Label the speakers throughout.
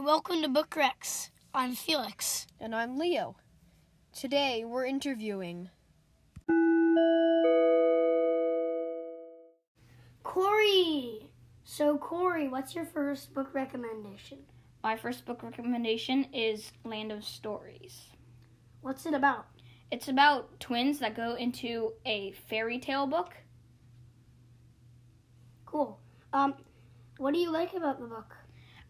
Speaker 1: Welcome to Book Rex. I'm Felix.
Speaker 2: And I'm Leo. Today we're interviewing.
Speaker 1: Corey! So, Corey, what's your first book recommendation?
Speaker 3: My first book recommendation is Land of Stories.
Speaker 1: What's it about?
Speaker 3: It's about twins that go into a fairy tale book.
Speaker 1: Cool. Um, what do you like about the book?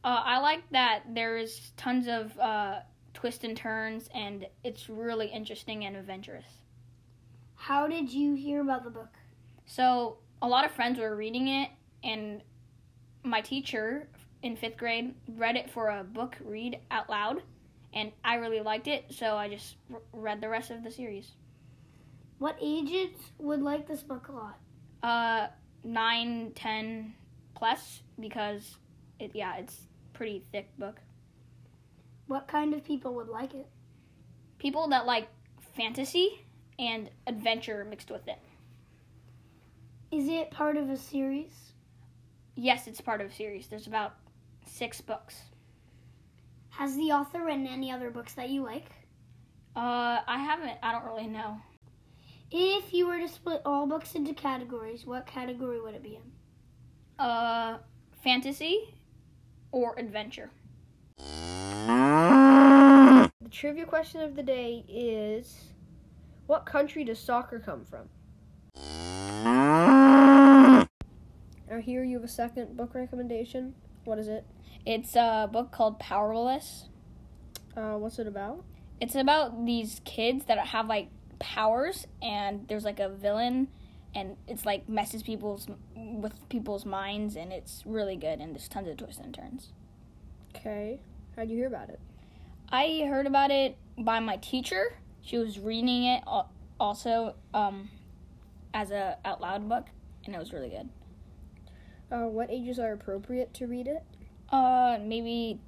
Speaker 3: Uh, I like that there's tons of uh, twists and turns, and it's really interesting and adventurous.
Speaker 1: How did you hear about the book?
Speaker 3: So, a lot of friends were reading it, and my teacher in fifth grade read it for a book read out loud, and I really liked it, so I just r- read the rest of the series.
Speaker 1: What ages would like this book a lot?
Speaker 3: Uh, nine, ten plus because it yeah, it's pretty thick book.
Speaker 1: What kind of people would like it?
Speaker 3: People that like fantasy and adventure mixed with it.
Speaker 1: Is it part of a series?
Speaker 3: Yes, it's part of a series. There's about six books.
Speaker 1: Has the author written any other books that you like?
Speaker 3: Uh, I haven't. I don't really know.
Speaker 1: If you were to split all books into categories, what category would it be in?
Speaker 3: Uh, fantasy or adventure.
Speaker 2: The trivia question of the day is What country does soccer come from? Now, here you have a second book recommendation. What is it?
Speaker 3: It's a book called Powerless.
Speaker 2: Uh, what's it about?
Speaker 3: It's about these kids that have like powers, and there's like a villain, and it's like messes people's with people's minds, and it's really good, and there's tons of twists and turns.
Speaker 2: Okay. How'd you hear about it?
Speaker 3: I heard about it by my teacher. She was reading it al- also um, as a out loud book, and it was really good.
Speaker 2: Uh, what ages are appropriate to read it?
Speaker 3: Uh, maybe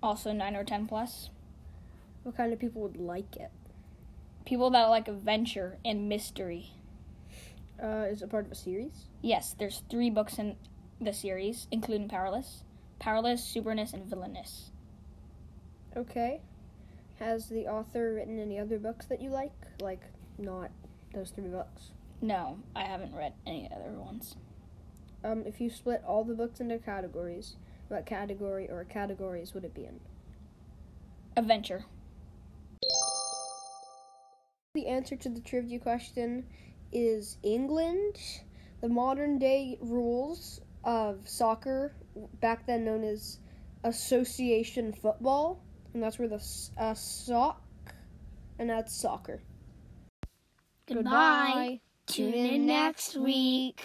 Speaker 3: also nine or ten plus
Speaker 2: What kind of people would like it?
Speaker 3: people that like adventure and mystery.
Speaker 2: Uh, is it part of a series?
Speaker 3: Yes, there's three books in the series, including Powerless, Powerless, Superness, and Villainous.
Speaker 2: Okay. Has the author written any other books that you like? Like, not those three books.
Speaker 3: No, I haven't read any other ones.
Speaker 2: Um, if you split all the books into categories, what category or categories would it be in?
Speaker 3: Adventure.
Speaker 2: The answer to the trivia question is England. The modern day rules of soccer, back then known as association football, and that's where the s- uh, sock, and that's soccer. Goodbye.
Speaker 1: Tune in next week.